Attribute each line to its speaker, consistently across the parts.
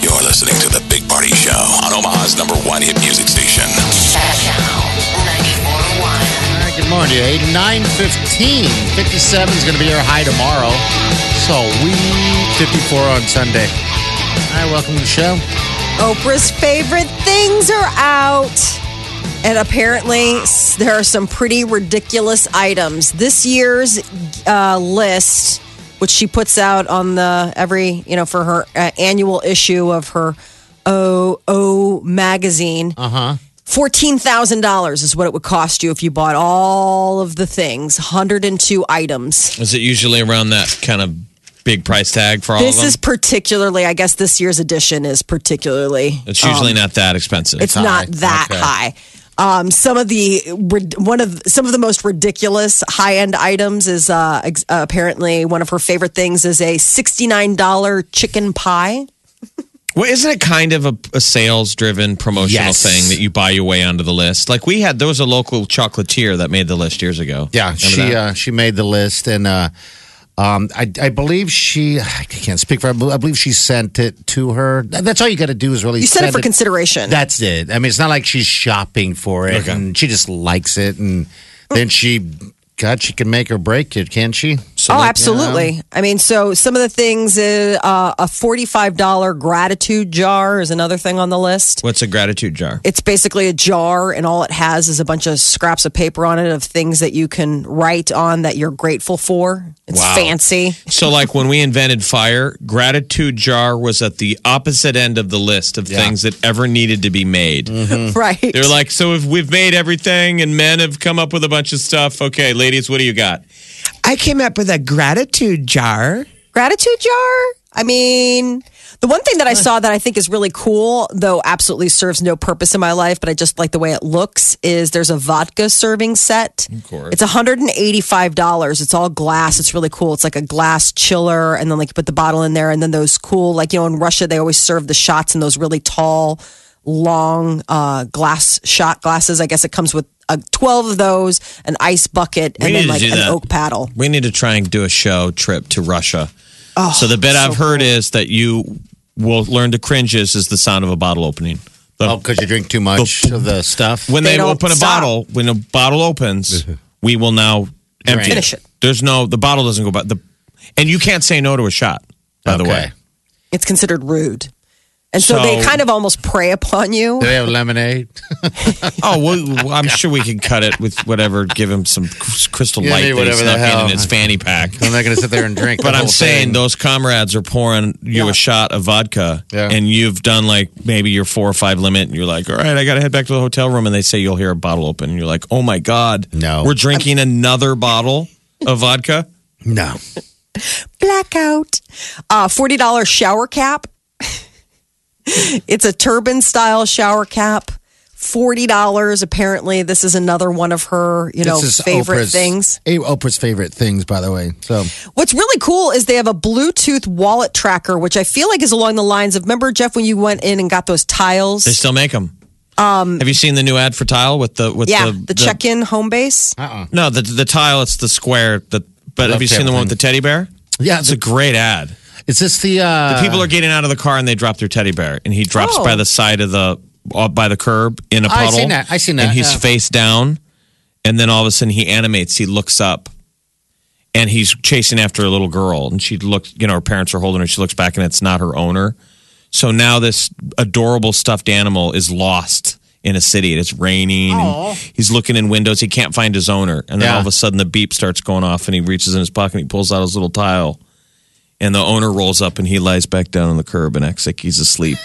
Speaker 1: You're listening to The Big Party Show on Omaha's number one hit music station.
Speaker 2: All right, good morning. 8915. 57 is going to be our high tomorrow. So we 54 on Sunday. All right, welcome to the show.
Speaker 3: Oprah's favorite things are out. And apparently, s- there are some pretty ridiculous items. This year's uh, list, which she puts out on the every, you know, for her uh, annual issue of her OO magazine,
Speaker 2: Uh huh.
Speaker 4: Uh-huh.
Speaker 3: $14,000 is what it would cost you if you bought all of the things, 102 items.
Speaker 4: Is it usually around that kind of big price tag for all
Speaker 3: This
Speaker 4: of them?
Speaker 3: is particularly, I guess this year's edition is particularly.
Speaker 4: it's usually
Speaker 2: um,
Speaker 4: not that expensive.
Speaker 3: It's not that
Speaker 2: Okay.
Speaker 3: high. Um, some of the one of some of the most ridiculous high end items is uh, ex- uh, apparently one of her favorite things is a sixty nine dollar chicken pie.
Speaker 4: well, isn't it kind of a, a sales driven promotional
Speaker 2: Yes.
Speaker 4: thing that you buy your way onto the list? Like we had, there was a local chocolatier that made the list years ago.
Speaker 2: Yeah,
Speaker 4: Remember
Speaker 2: she
Speaker 4: that?
Speaker 2: uh, she made the list, and uh, um, I, I believe she I can't speak for. her. I bel- I believe she sent it to her. Th- That's all you got to do is really.
Speaker 3: You
Speaker 2: send
Speaker 3: said it for consideration.
Speaker 2: That's it. I mean, it's not like she's shopping for it,
Speaker 4: Okay.
Speaker 2: and she just likes it, and then she, God, she can make or break it, can she?
Speaker 3: oh, absolutely. I mean, so some of the things uh, uh, a forty five dollar gratitude jar is another thing on the list.
Speaker 4: What's a gratitude jar?
Speaker 3: It's basically a jar, and all it has is a bunch of scraps of paper on it of things that you can write on that you're grateful for. It's
Speaker 4: Wow.
Speaker 3: fancy.
Speaker 4: So, like when we invented fire, gratitude jar was at the opposite end of the list of things that ever needed to be made.
Speaker 2: Mm-hmm.
Speaker 3: Right.
Speaker 4: They're like, so if we've made everything and men have come up with a bunch of stuff, okay, ladies, what do you got? I came up with a gratitude jar.
Speaker 3: gratitude jar. I mean, the one thing that I saw that I think is really cool, though absolutely serves no purpose in my life, but I just like the way it looks, is there's a vodka serving set. Of
Speaker 4: course.
Speaker 3: It's $185. It's all glass. It's really cool. It's like a glass chiller. And then like you put the bottle in there and then those cool, like, you know, in Russia, they always serve the shots in those really tall, long uh, glass shot glasses. I guess it comes with uh, 12 of those, an ice bucket,
Speaker 4: We
Speaker 3: and
Speaker 4: need
Speaker 3: then
Speaker 4: to
Speaker 3: like
Speaker 4: do
Speaker 3: an
Speaker 4: that.
Speaker 3: oak paddle.
Speaker 4: We need to try and do a show trip to Russia.
Speaker 3: Oh,
Speaker 4: so the bet I've heard is that you will learn to cringe is, is the sound of a bottle opening. The-
Speaker 2: Oh, because you drink too much of the stuff.
Speaker 4: when
Speaker 3: They
Speaker 4: they,
Speaker 3: don't
Speaker 4: open a
Speaker 3: stop.
Speaker 4: bottle, when a bottle opens, we will now empty
Speaker 3: Finish it.
Speaker 4: There's no the bottle doesn't go by the, and you can't say no to a shot. By the way,
Speaker 2: Okay.
Speaker 3: it's considered rude. And so,
Speaker 4: So-
Speaker 3: they kind of almost prey upon you.
Speaker 2: do they have lemonade?
Speaker 4: oh well, I'm sure we can cut it with whatever. Give him some crystal
Speaker 2: Yeah,
Speaker 4: light
Speaker 2: maybe
Speaker 4: that he
Speaker 2: whatever the
Speaker 4: snuck in
Speaker 2: hell.
Speaker 4: in his fanny pack.
Speaker 2: I'm not going to sit there and drink.
Speaker 4: But
Speaker 2: the
Speaker 4: I'm
Speaker 2: whole
Speaker 4: saying
Speaker 2: thing.
Speaker 4: those comrades are pouring you a shot of vodka,
Speaker 2: Yeah.
Speaker 4: and you've done like maybe your four or five limit, and you're like, all right, I got to head back to the hotel room, and they say you'll hear a bottle open, and you're like, oh my god,
Speaker 2: No.
Speaker 4: we're drinking another bottle of vodka.
Speaker 2: no.
Speaker 3: Blackout. Uh, $40 shower cap. it's a turban style shower cap. $40 apparently this is another one of her you know favorite
Speaker 2: Oprah's,
Speaker 3: things
Speaker 2: eh, Oprah's favorite things, by the way. So
Speaker 3: what's really cool is they have a bluetooth wallet tracker which i feel like is along the lines of remember jeff when you went in and got those
Speaker 4: They
Speaker 3: tiles
Speaker 4: still make them. Um, Have you seen the new ad for tile with the with
Speaker 3: yeah
Speaker 4: the,
Speaker 3: the, E. check-in home base
Speaker 2: Uh-uh.
Speaker 4: No, the the tile. It's the square. The but have you seen the one with the teddy bear?
Speaker 2: Yeah,
Speaker 4: it's
Speaker 2: the-
Speaker 4: a great ad.
Speaker 2: is this the uh,
Speaker 4: People are getting out of the car and they drop their teddy bear, and he drops
Speaker 3: Oh.
Speaker 4: by the side of the uh, by the curb in a
Speaker 2: Oh, I
Speaker 4: puddle.
Speaker 2: seen that. I seen that,
Speaker 4: And he's
Speaker 2: yeah.
Speaker 4: face down, and then all of a sudden he animates. He looks up, and he's chasing after a little girl, and she looks. You know, her parents are holding her. She looks back, and it's not her owner. So now this adorable stuffed animal is lost in a city, and it's raining. And he's looking in windows. He can't find his owner, and then
Speaker 2: Yeah.
Speaker 4: all of a sudden the beep starts going off, and he reaches in his pocket, and he pulls out his little tile and the owner rolls up and he lies back down on the curb and acts like he's asleep.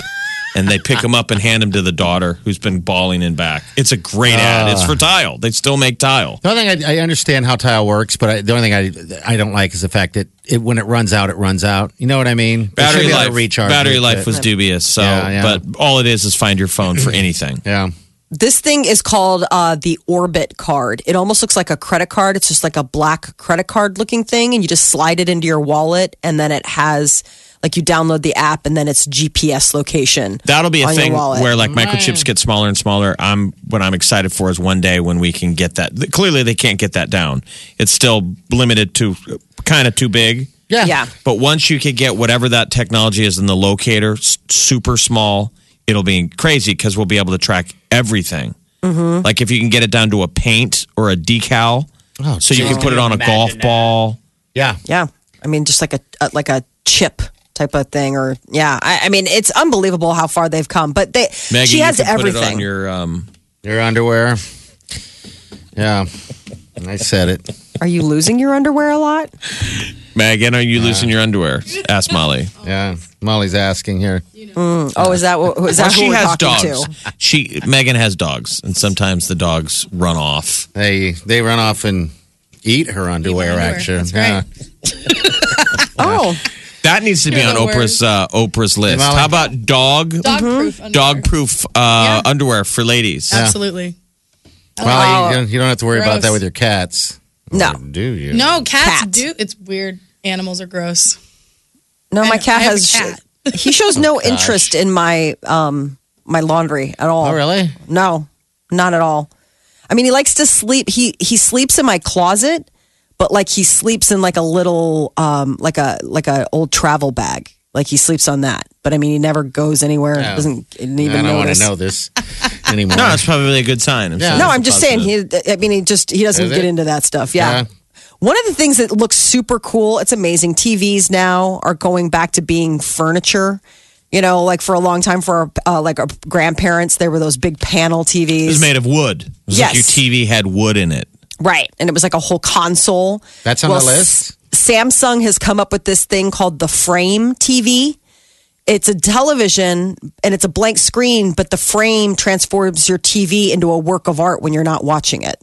Speaker 4: and they pick him up and hand him to the daughter who's been bawling in back. It's a great ad. It's for tile. They still make tile.
Speaker 2: The only thing I, I understand how tile works, but I, the only thing I I don't like is the fact that it when it runs out, it runs out. You know what I mean? They should
Speaker 4: Battery
Speaker 2: be able to
Speaker 4: life,
Speaker 2: recharge
Speaker 4: battery
Speaker 2: it,
Speaker 4: life
Speaker 2: but-
Speaker 4: was dubious. So,
Speaker 2: Yeah, yeah.
Speaker 4: but all it is is find your phone for anything.
Speaker 2: yeah.
Speaker 3: This thing is called uh, the Orbit card. It almost looks like a credit card. It's just like a black credit card looking thing, and you just slide it into your wallet, and then it has like you download the app, and then it's GPS location.
Speaker 4: That'll be a
Speaker 3: on your
Speaker 4: thing
Speaker 3: wallet.
Speaker 4: where like microchips get smaller and smaller. I'm what I'm excited for is one day when we can get that. th- Clearly, they can't get that down. It's still limited to kind of too big.
Speaker 2: yeah,
Speaker 3: yeah.
Speaker 4: But once you could get whatever that technology is in the locator, s- super small, it'll be crazy because we'll be able to track everything.
Speaker 3: Mm-hmm.
Speaker 4: Like if you can get it down to a paint or a decal,
Speaker 2: Oh,
Speaker 4: so you can put it on a golf ball.
Speaker 2: yeah.
Speaker 3: Yeah, I mean, just like a, a like a chip type of thing, or yeah. I, I mean, it's unbelievable how far they've come. But they,
Speaker 4: Maggie,
Speaker 3: she
Speaker 4: you
Speaker 3: has
Speaker 4: can Put it
Speaker 3: everything.
Speaker 4: on your um,
Speaker 2: Your underwear. Yeah, I said it.
Speaker 3: Are you losing your underwear a lot?
Speaker 4: Megan, are you losing your underwear? Asked Molly.
Speaker 2: Yeah, Molly's asking here.
Speaker 3: Oh, is that what is that who
Speaker 4: Well, she
Speaker 3: we're
Speaker 4: has
Speaker 3: talking
Speaker 4: dogs.
Speaker 3: to?
Speaker 4: She Megan has dogs, and sometimes the dogs run off.
Speaker 2: They they run off and eat her underwear.
Speaker 5: underwear.
Speaker 2: Actually,
Speaker 5: That's
Speaker 2: yeah.
Speaker 5: right.
Speaker 3: Oh,
Speaker 4: That needs to be on
Speaker 5: Sure, that
Speaker 4: Oprah's uh, Oprah's list.
Speaker 2: Molly.
Speaker 4: How about dog
Speaker 5: Dog proof.
Speaker 4: dog proof uh, underwear for ladies?
Speaker 5: Absolutely.
Speaker 2: Molly, you don't, you don't have to worry about
Speaker 5: Gross.
Speaker 2: that with your cats.
Speaker 3: Oh, No.
Speaker 2: Or do you?
Speaker 5: No, cats
Speaker 3: Cat.
Speaker 5: do. It's weird. Animals are gross.
Speaker 3: No, my
Speaker 5: I-
Speaker 3: cat
Speaker 5: I have a
Speaker 3: has.
Speaker 5: cat.
Speaker 3: He shows
Speaker 2: Oh,
Speaker 3: no interest in my um my laundry at all.
Speaker 2: Oh, really?
Speaker 3: No, not at all. I mean, he likes to sleep. He he sleeps in my closet, but like he sleeps in like a little um like a like a old travel bag. Like he sleeps on that. But I mean, he never goes anywhere.
Speaker 5: Oh.
Speaker 2: Yeah.
Speaker 3: Doesn't even
Speaker 2: I don't want
Speaker 3: notice.
Speaker 2: to know this anymore.
Speaker 4: No, that's probably a good sign. I'm
Speaker 2: Yeah.
Speaker 4: sure
Speaker 3: No,
Speaker 4: that's
Speaker 3: I'm
Speaker 4: a
Speaker 3: just saying.
Speaker 4: positive.
Speaker 3: He, I mean, he just he doesn't
Speaker 2: Is
Speaker 3: get
Speaker 2: it?
Speaker 3: into that stuff. Yeah.
Speaker 2: Yeah.
Speaker 3: One of the things that looks super cool, it's amazing. TVs now are going back to being furniture. You know, like for a long time, for our, uh, like our grandparents, there were those big panel TVs,
Speaker 4: It was made of wood. It was
Speaker 3: Yes.
Speaker 4: like your TV had wood in it.
Speaker 3: right? And it was like a whole console.
Speaker 2: That's on
Speaker 3: well,
Speaker 2: the list?
Speaker 3: S- Samsung has come up with this thing called the Frame TV. It's a television and it's a blank screen, but the frame transforms your TV into a work of art when you're not watching it.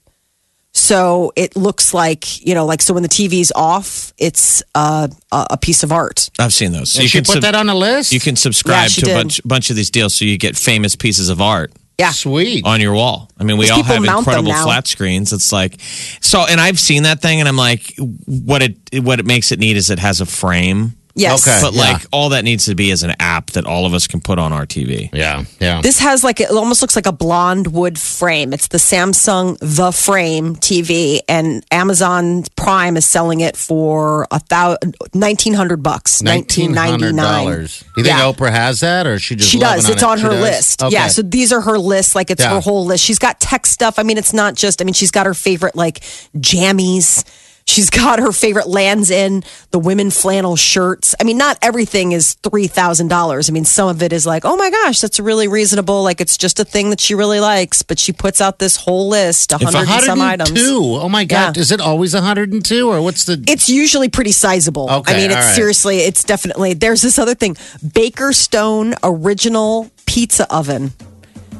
Speaker 3: So it looks like, you know, like so when the TV's off, it's uh, a a piece of art.
Speaker 4: I've seen those. So
Speaker 2: you should put
Speaker 4: sub-
Speaker 2: that on the list.
Speaker 4: You can subscribe
Speaker 3: Yeah, she
Speaker 4: to a
Speaker 3: did.
Speaker 4: bunch bunch of these deals, so you get famous pieces of art.
Speaker 3: Yeah.
Speaker 2: Sweet.
Speaker 4: on your wall. I mean, we
Speaker 3: These
Speaker 4: all
Speaker 3: people
Speaker 4: have
Speaker 3: mount them
Speaker 4: incredible
Speaker 3: now.
Speaker 4: flat screens. It's like so, and I've seen that thing, and I'm like, what it what it makes it neat is it has a frame.
Speaker 3: Yes.
Speaker 2: Okay.
Speaker 4: But
Speaker 2: Yeah.
Speaker 4: like all that needs to be is an app that all of us can put on our TV.
Speaker 2: Yeah, yeah.
Speaker 3: This has like, it almost looks like a blonde wood frame. It's the Samsung The Frame TV, and Amazon Prime is selling it for a thousand, 1900 bucks,
Speaker 2: Nineteen hundred
Speaker 3: 1999.
Speaker 2: dollars. Do you think
Speaker 3: Yeah.
Speaker 2: Oprah has that, or is she just?
Speaker 3: She
Speaker 2: loving
Speaker 3: does. it's
Speaker 2: it?
Speaker 3: on
Speaker 2: She
Speaker 3: her
Speaker 2: does?
Speaker 3: list.
Speaker 2: Okay.
Speaker 3: Yeah. So these are her lists. Like it's
Speaker 2: Yeah.
Speaker 3: her whole list. She's got tech stuff. I mean, it's not just, I mean, she's got her favorite like jammies. She's got her favorite lands in the women flannel shirts. I mean, not everything is $3,000. I mean, some of it is like, oh my gosh, that's really reasonable. Like it's just a thing that she really likes, but she puts out this whole list, a
Speaker 4: If
Speaker 3: hundred and some items.
Speaker 2: 102. Oh my God.
Speaker 3: Yeah.
Speaker 2: Is it always 102 or what's the.
Speaker 3: It's usually pretty sizable.
Speaker 2: Okay,
Speaker 3: I mean, it's
Speaker 2: all right.
Speaker 3: seriously, it's definitely. There's this other thing Baker Stone Original Pizza Oven.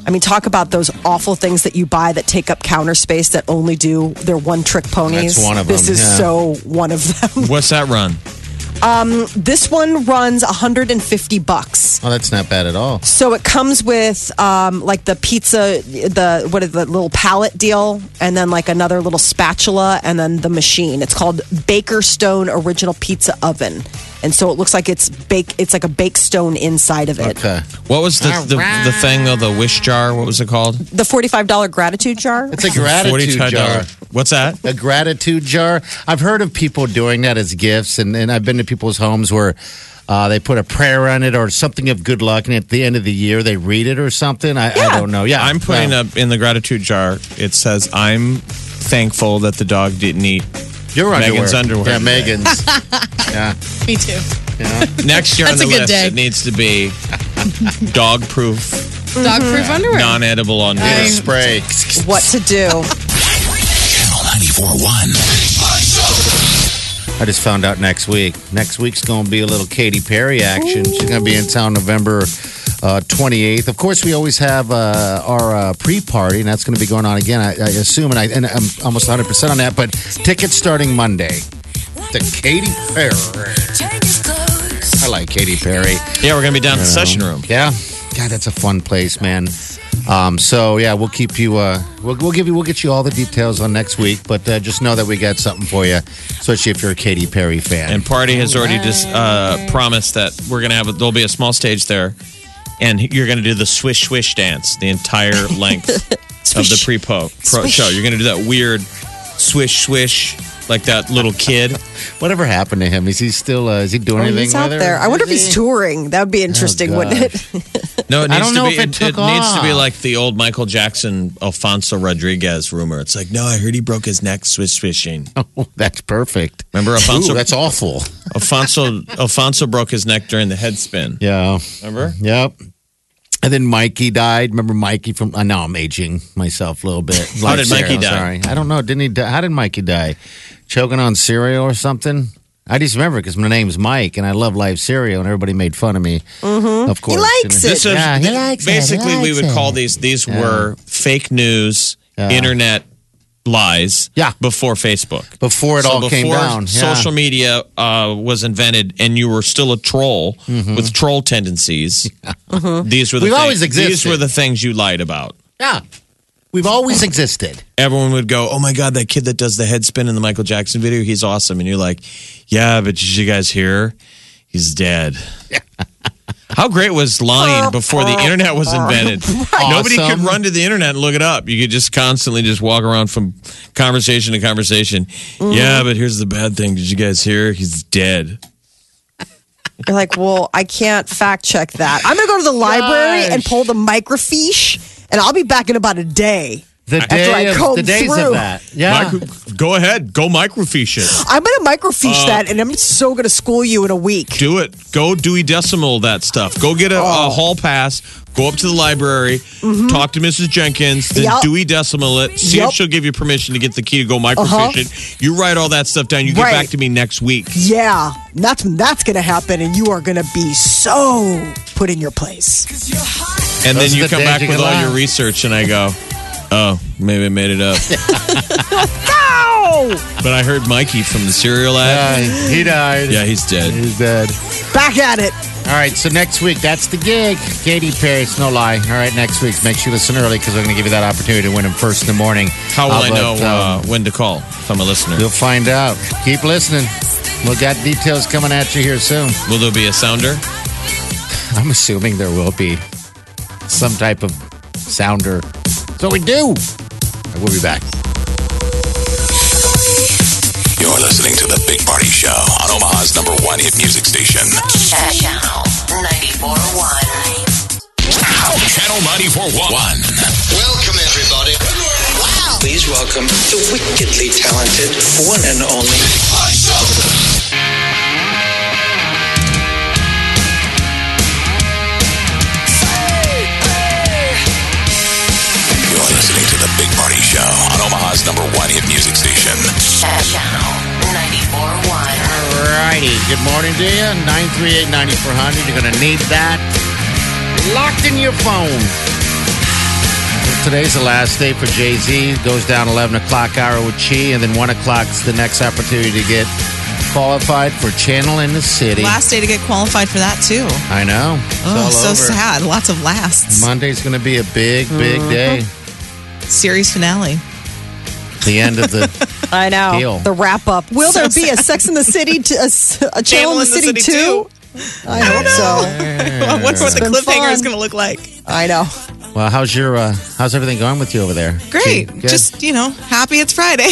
Speaker 3: I mean, talk about those awful things that you buy that take up counter space that only do their one trick ponies.
Speaker 2: That's one of
Speaker 3: this
Speaker 2: them,
Speaker 3: is
Speaker 2: yeah.
Speaker 3: so one of them.
Speaker 4: What's that run?
Speaker 3: this one runs 150 bucks.
Speaker 2: oh, that's not bad at all.
Speaker 3: So it comes with um, like the pizza, the what is the little palette deal, and then like another little spatula, and then the machine. It's called Baker Stone Original Pizza Oven, and so it looks like it's bake. It's like a bake stone inside of it.
Speaker 2: Okay.
Speaker 4: What was the the, the thing though? The wish jar? What was it called?
Speaker 3: The forty-five dollar gratitude jar.
Speaker 2: It's a gratitude
Speaker 4: $45.
Speaker 2: jar.
Speaker 4: What's that?
Speaker 2: A gratitude jar. I've heard of people doing that as gifts, and, and I've been to people's homes where uh, they put a prayer on it or something of good luck, and at the end of the year they read it or something. I, I
Speaker 3: Yeah.
Speaker 2: don't know. Yeah.
Speaker 4: I'm putting
Speaker 2: yeah.
Speaker 4: up in the gratitude jar. It says I'm thankful that the dog didn't eat.
Speaker 2: your underwear.
Speaker 4: Megan's underwear
Speaker 2: Yeah,
Speaker 4: today.
Speaker 2: Megan's. yeah.
Speaker 5: Me too.
Speaker 4: Next year on the
Speaker 5: That's a good
Speaker 4: list,
Speaker 5: day.
Speaker 4: it needs to be dog proof,
Speaker 5: Dog proof underwear.
Speaker 4: non edible on
Speaker 2: Get a
Speaker 4: this.
Speaker 2: spray.
Speaker 3: What to do?
Speaker 1: Channel 941.
Speaker 2: I just found out next week. Next week's going to be a little Katy Perry action. She's going to be in town November uh, 28th. Of course, we always have uh, our uh, pre party, and that's going to be going on again, I, I assume, and, I, and I'm almost 100% on that, but tickets starting Monday. The Katy Perry. I like Katy Perry.
Speaker 4: Yeah, we're going to be down at the session room.
Speaker 2: Yeah. God, that's a fun place, man. Um, so yeah, we'll keep you. Uh, we'll, we'll give you. We'll get you all the details on next week. But uh, just know that we got something for you, especially if you're a Katy Perry fan.
Speaker 4: And Party has already just uh, promised that we're going to have, a, there'll be a small stage there, and you're going to do the swish swish dance the entire length of the
Speaker 3: Swish.
Speaker 4: pre pro
Speaker 3: Swish.
Speaker 4: show. You're going to do that weird swish swish, like that little kid.
Speaker 2: Whatever happened to him? Is he still? Uh, is he doing
Speaker 3: Oh,
Speaker 2: anything?
Speaker 3: he's out
Speaker 2: with her? Oh,
Speaker 3: there. I wonder if
Speaker 2: Is
Speaker 3: he's
Speaker 2: he?
Speaker 3: touring. That would be interesting, wouldn't it?
Speaker 4: No, it
Speaker 2: I
Speaker 4: needs
Speaker 2: don't
Speaker 4: to
Speaker 2: know
Speaker 4: be,
Speaker 2: if it took
Speaker 4: needs to be
Speaker 2: off.
Speaker 4: like the old Michael Jackson, Alfonso Rodriguez rumor. It's like, no, I heard he broke his neck swish swishing.
Speaker 2: Oh, that's perfect.
Speaker 4: Remember Alfonso?
Speaker 2: Ooh, that's awful.
Speaker 4: Alfonso Alfonso broke his neck during the head spin.
Speaker 2: Yeah.
Speaker 4: Remember?
Speaker 2: Yep. And then Mikey died. Remember Mikey from? I know I'm aging myself a little bit.
Speaker 4: How did
Speaker 2: Like cereal,
Speaker 4: Mikey die?
Speaker 2: Sorry, I don't know. Didn't he? Die? How did Mikey die? Choking on cereal or something? I just remember because my name's Mike and I love live cereal and everybody made fun of me. Mm-hmm. Of course,
Speaker 3: likes
Speaker 2: And-
Speaker 4: This is,
Speaker 2: Yeah, he
Speaker 4: th-
Speaker 2: likes it. He
Speaker 4: basically we
Speaker 2: likes
Speaker 4: would
Speaker 2: it.
Speaker 4: call these these were fake news,
Speaker 2: Yeah.
Speaker 4: internet lies
Speaker 2: Yeah.
Speaker 4: before Facebook.
Speaker 2: before it
Speaker 4: So
Speaker 2: all
Speaker 4: before
Speaker 2: came down. yeah.
Speaker 4: social media uh, was invented and you were still a troll with troll tendencies, these were the
Speaker 2: Mm-hmm. We've
Speaker 4: thi-
Speaker 2: always
Speaker 4: these
Speaker 2: existed.
Speaker 4: were the things you lied about.
Speaker 2: Yeah, we've always existed.
Speaker 4: everyone would go, "Oh my god, that kid that does the head spin in the Michael Jackson video, he's awesome." And you're like, "Yeah, but did you guys hear? He's dead." How great was lying before the internet was invented? Nobody could
Speaker 2: Awesome.
Speaker 4: run to the internet and look it up. You could just constantly just walk around from conversation to conversation.
Speaker 2: Mm-hmm.
Speaker 4: Yeah, but here's the bad thing. Did you guys hear? He's dead.
Speaker 3: You're like, well, I can't fact check that. I'm going to go to the library and pull the microfiche, and I'll be back in about a day.
Speaker 2: The
Speaker 3: After I
Speaker 2: day of, the
Speaker 3: combed
Speaker 2: days
Speaker 3: through.
Speaker 2: of that. Yeah.
Speaker 4: Micro- go ahead, go microfiche it.
Speaker 3: I'm going to microfiche
Speaker 2: Oh.
Speaker 3: that, and I'm so going to school you in a week.
Speaker 4: Do it. Go Dewey Decimal that stuff. Go get a,
Speaker 3: Oh.
Speaker 4: a hall pass. Go up to the library.
Speaker 3: Mm-hmm.
Speaker 4: Talk to Mrs. Jenkins. Then
Speaker 3: Yep.
Speaker 4: Dewey Decimal it. See
Speaker 3: Yep.
Speaker 4: if she'll give you permission to get the key to go microfiche it. You write all that stuff down. You get
Speaker 3: Uh-huh. Right.
Speaker 4: back to me next week.
Speaker 3: Yeah, that's when that's going to happen, and you are going to be so put in your place.
Speaker 2: Those
Speaker 4: And then
Speaker 2: are
Speaker 4: you
Speaker 2: the
Speaker 4: come
Speaker 2: days
Speaker 4: back
Speaker 2: you
Speaker 4: with
Speaker 2: can
Speaker 4: all
Speaker 2: laugh.
Speaker 4: your research, and I go, oh, maybe I made it up.
Speaker 3: No!
Speaker 4: but I heard Mikey from the cereal ad.
Speaker 2: Uh, he died.
Speaker 4: Yeah, he's dead.
Speaker 2: He's dead.
Speaker 3: Back at it.
Speaker 2: All right, so next week, that's the gig. Katy Perry, it's no lie. All right, next week, make sure you listen early because we're going to give you that opportunity to win them first in the morning.
Speaker 4: How will
Speaker 2: Uh,
Speaker 4: I
Speaker 2: but,
Speaker 4: know uh,
Speaker 2: um,
Speaker 4: when to call if I'm a listener?
Speaker 2: you'll find out. Keep listening. We'll got details coming at you here soon.
Speaker 4: Will there be a sounder?
Speaker 2: I'm assuming there will be some type of sounder. So we do. We'll be back.
Speaker 1: You're listening to The Big Party Show on Omaha's number one hit music station.
Speaker 6: Channel 94.1.
Speaker 1: Channel 94.1.
Speaker 7: Welcome, everybody. Wow. Please welcome the wickedly talented one and only.
Speaker 1: You're listening to The Big Party Show on Omaha's number one hit music station.
Speaker 6: Channel 94.1.
Speaker 2: Alrighty. Good morning to you. 938 9400. You're going to need that. Locked in your phone. Today's the last day for Jay Z. Goes down 11 o'clock hour with Chi, and then 1 o'clock's the next opportunity to get qualified for Channel in the City.
Speaker 8: Last day to get qualified for that too.
Speaker 2: I know. It's
Speaker 8: Oh,
Speaker 2: all
Speaker 8: so
Speaker 2: over.
Speaker 8: sad. Mm-hmm. Lots of lasts.
Speaker 2: Monday's going to be a big, big day.
Speaker 8: Series finale.
Speaker 2: The end of the.
Speaker 3: I
Speaker 8: Oh.
Speaker 3: know.
Speaker 2: Deal.
Speaker 3: The wrap up. Will there be a Sex in the City, to, a, s- a Channel in the City, too? I hope so.
Speaker 8: I wonder what the
Speaker 3: been
Speaker 8: cliffhanger is
Speaker 3: fun.
Speaker 8: going to look like.
Speaker 3: I know.
Speaker 2: Well, how's your uh, how's everything going with you over there?
Speaker 8: Great.
Speaker 2: Chi, good?
Speaker 8: Just you know, happy it's Friday.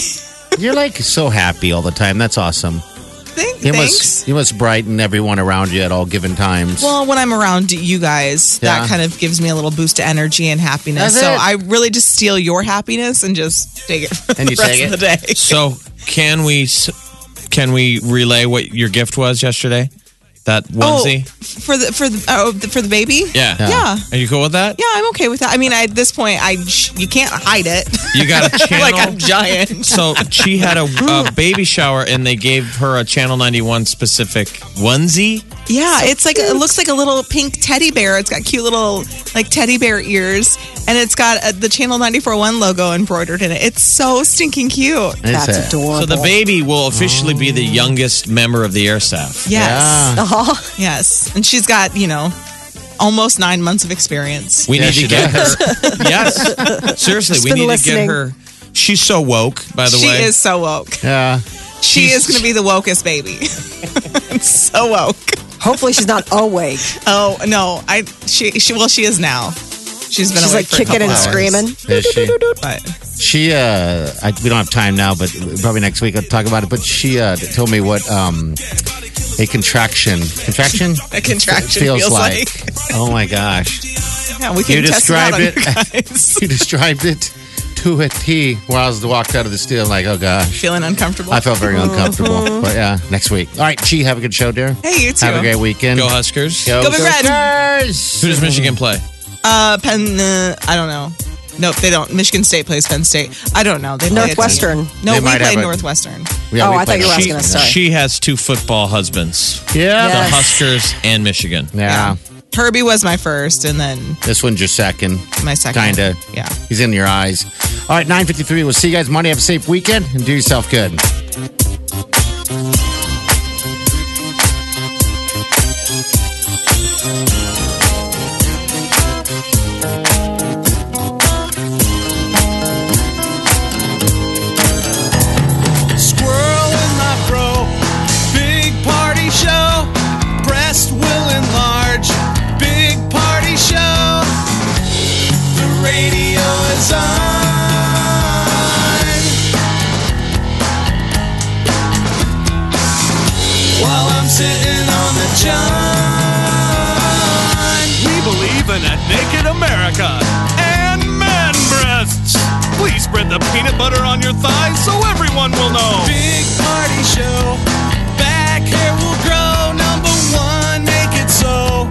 Speaker 2: you're like so happy all the time. That's awesome.
Speaker 8: Thank,
Speaker 2: You
Speaker 8: thanks.
Speaker 2: must you must brighten everyone around you at all given times.
Speaker 8: Well, when I'm around you guys,
Speaker 2: Yeah.
Speaker 8: that kind of gives me a little boost to energy and happiness.
Speaker 2: Does
Speaker 8: so
Speaker 2: it?
Speaker 8: I really just steal your happiness and just take it for
Speaker 2: And
Speaker 8: the
Speaker 2: you
Speaker 8: rest
Speaker 2: take
Speaker 8: of the day.
Speaker 4: So can we s- can we relay what your gift was yesterday? That onesie.
Speaker 8: Oh, for the for the, oh, the for the baby.
Speaker 4: Yeah.
Speaker 8: Yeah.
Speaker 4: Are you cool with that?
Speaker 8: Yeah, I'm okay with that. I mean, I, at this point, I sh- you can't hide it.
Speaker 4: You got a channel.
Speaker 8: like I'm giant.
Speaker 4: so she had a, a baby shower and they gave her a Channel 91 specific onesie.
Speaker 8: Yeah, it's like it looks like a little pink teddy bear. It's got cute little like teddy bear ears, and it's got uh, the Channel 94.1 logo embroidered in it. It's so stinking cute.
Speaker 2: It's
Speaker 3: That's
Speaker 2: a-
Speaker 3: adorable.
Speaker 4: So the baby will officially be the youngest member of the air staff.
Speaker 8: Yes,
Speaker 3: Oh,
Speaker 8: yes, and she's got you know almost nine months of experience.
Speaker 4: We
Speaker 2: Yeah,
Speaker 4: need
Speaker 2: she
Speaker 4: to get her. yes. Seriously, we
Speaker 3: been
Speaker 4: need to
Speaker 3: listening.
Speaker 4: get her. She's so woke, by the
Speaker 8: she
Speaker 4: way.
Speaker 8: is so woke.
Speaker 2: Yeah.
Speaker 8: She is going to be the wokest baby. so woke.
Speaker 3: hopefully she's not awake.
Speaker 8: Oh no, I she she well she is now. She's been
Speaker 3: She's
Speaker 8: awake
Speaker 3: like
Speaker 8: for a
Speaker 3: kicking
Speaker 8: couple
Speaker 3: and
Speaker 8: hours,
Speaker 3: screaming.
Speaker 2: Is she?
Speaker 8: But
Speaker 2: She, uh, I, we don't have time now, but probably next week I'll talk about it. But she uh, told me what um, a contraction, contraction,
Speaker 8: a contraction
Speaker 2: feels,
Speaker 8: feels,
Speaker 2: like. oh my gosh!
Speaker 8: Yeah, we can
Speaker 2: You
Speaker 8: test it out on
Speaker 2: described
Speaker 8: you guys.
Speaker 2: She described it to a T. When I was walked out of the studio, I'm like, oh gosh,
Speaker 8: Feeling uncomfortable.
Speaker 2: I felt
Speaker 8: Uh-huh.
Speaker 2: very uncomfortable. But yeah, next week. All right, she have a good show, dear.
Speaker 8: Hey, you too.
Speaker 2: Have a great weekend.
Speaker 4: Go Huskers.
Speaker 8: Go Big Red.
Speaker 2: Huskers!
Speaker 4: Who does Michigan play?
Speaker 8: Uh, Penn. Uh, I don't know. Nope, they don't. Michigan State plays Penn State. I don't know. They play a team.
Speaker 3: Northwestern.
Speaker 8: No,
Speaker 2: They
Speaker 8: we
Speaker 2: might
Speaker 8: play
Speaker 2: have a-
Speaker 8: Northwestern.
Speaker 2: Yeah,
Speaker 3: Oh,
Speaker 2: we
Speaker 3: I
Speaker 2: played
Speaker 3: thought you were
Speaker 2: last
Speaker 3: asking
Speaker 2: night.
Speaker 3: us. Sorry.
Speaker 4: She has two football husbands.
Speaker 2: Yeah.
Speaker 4: The
Speaker 3: Yes.
Speaker 4: Huskers and Michigan.
Speaker 2: Yeah.
Speaker 8: Herbie was my first, and then
Speaker 2: This one's your second.
Speaker 8: my second.
Speaker 2: Kinda.
Speaker 8: Yeah.
Speaker 2: He's in your eyes. All right, 953. We'll see you guys Monday. Have a safe weekend and do yourself good.
Speaker 9: Squirrel in my fro. Big party show. Breast will enlarge. Big party show. The radio is on. While I'm sitting on the john. We believe in a naked America and man breasts. Please spread the peanut butter on your thighs so everyone will know. Big party show. Back hair will grow. Number one, make it so.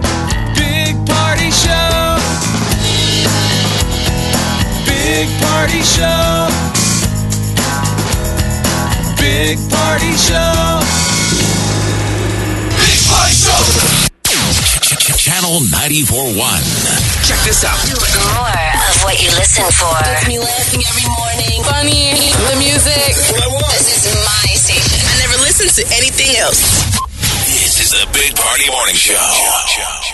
Speaker 9: Big party show. Big party show. Big party show.
Speaker 1: Big Party Show. Channel 94.1.
Speaker 7: Check this out.
Speaker 6: More of what you listen for. Gets me laughing every morning. Funny. The music. This is my station. I never listen to anything else.
Speaker 1: This is the Big Party Morning Show.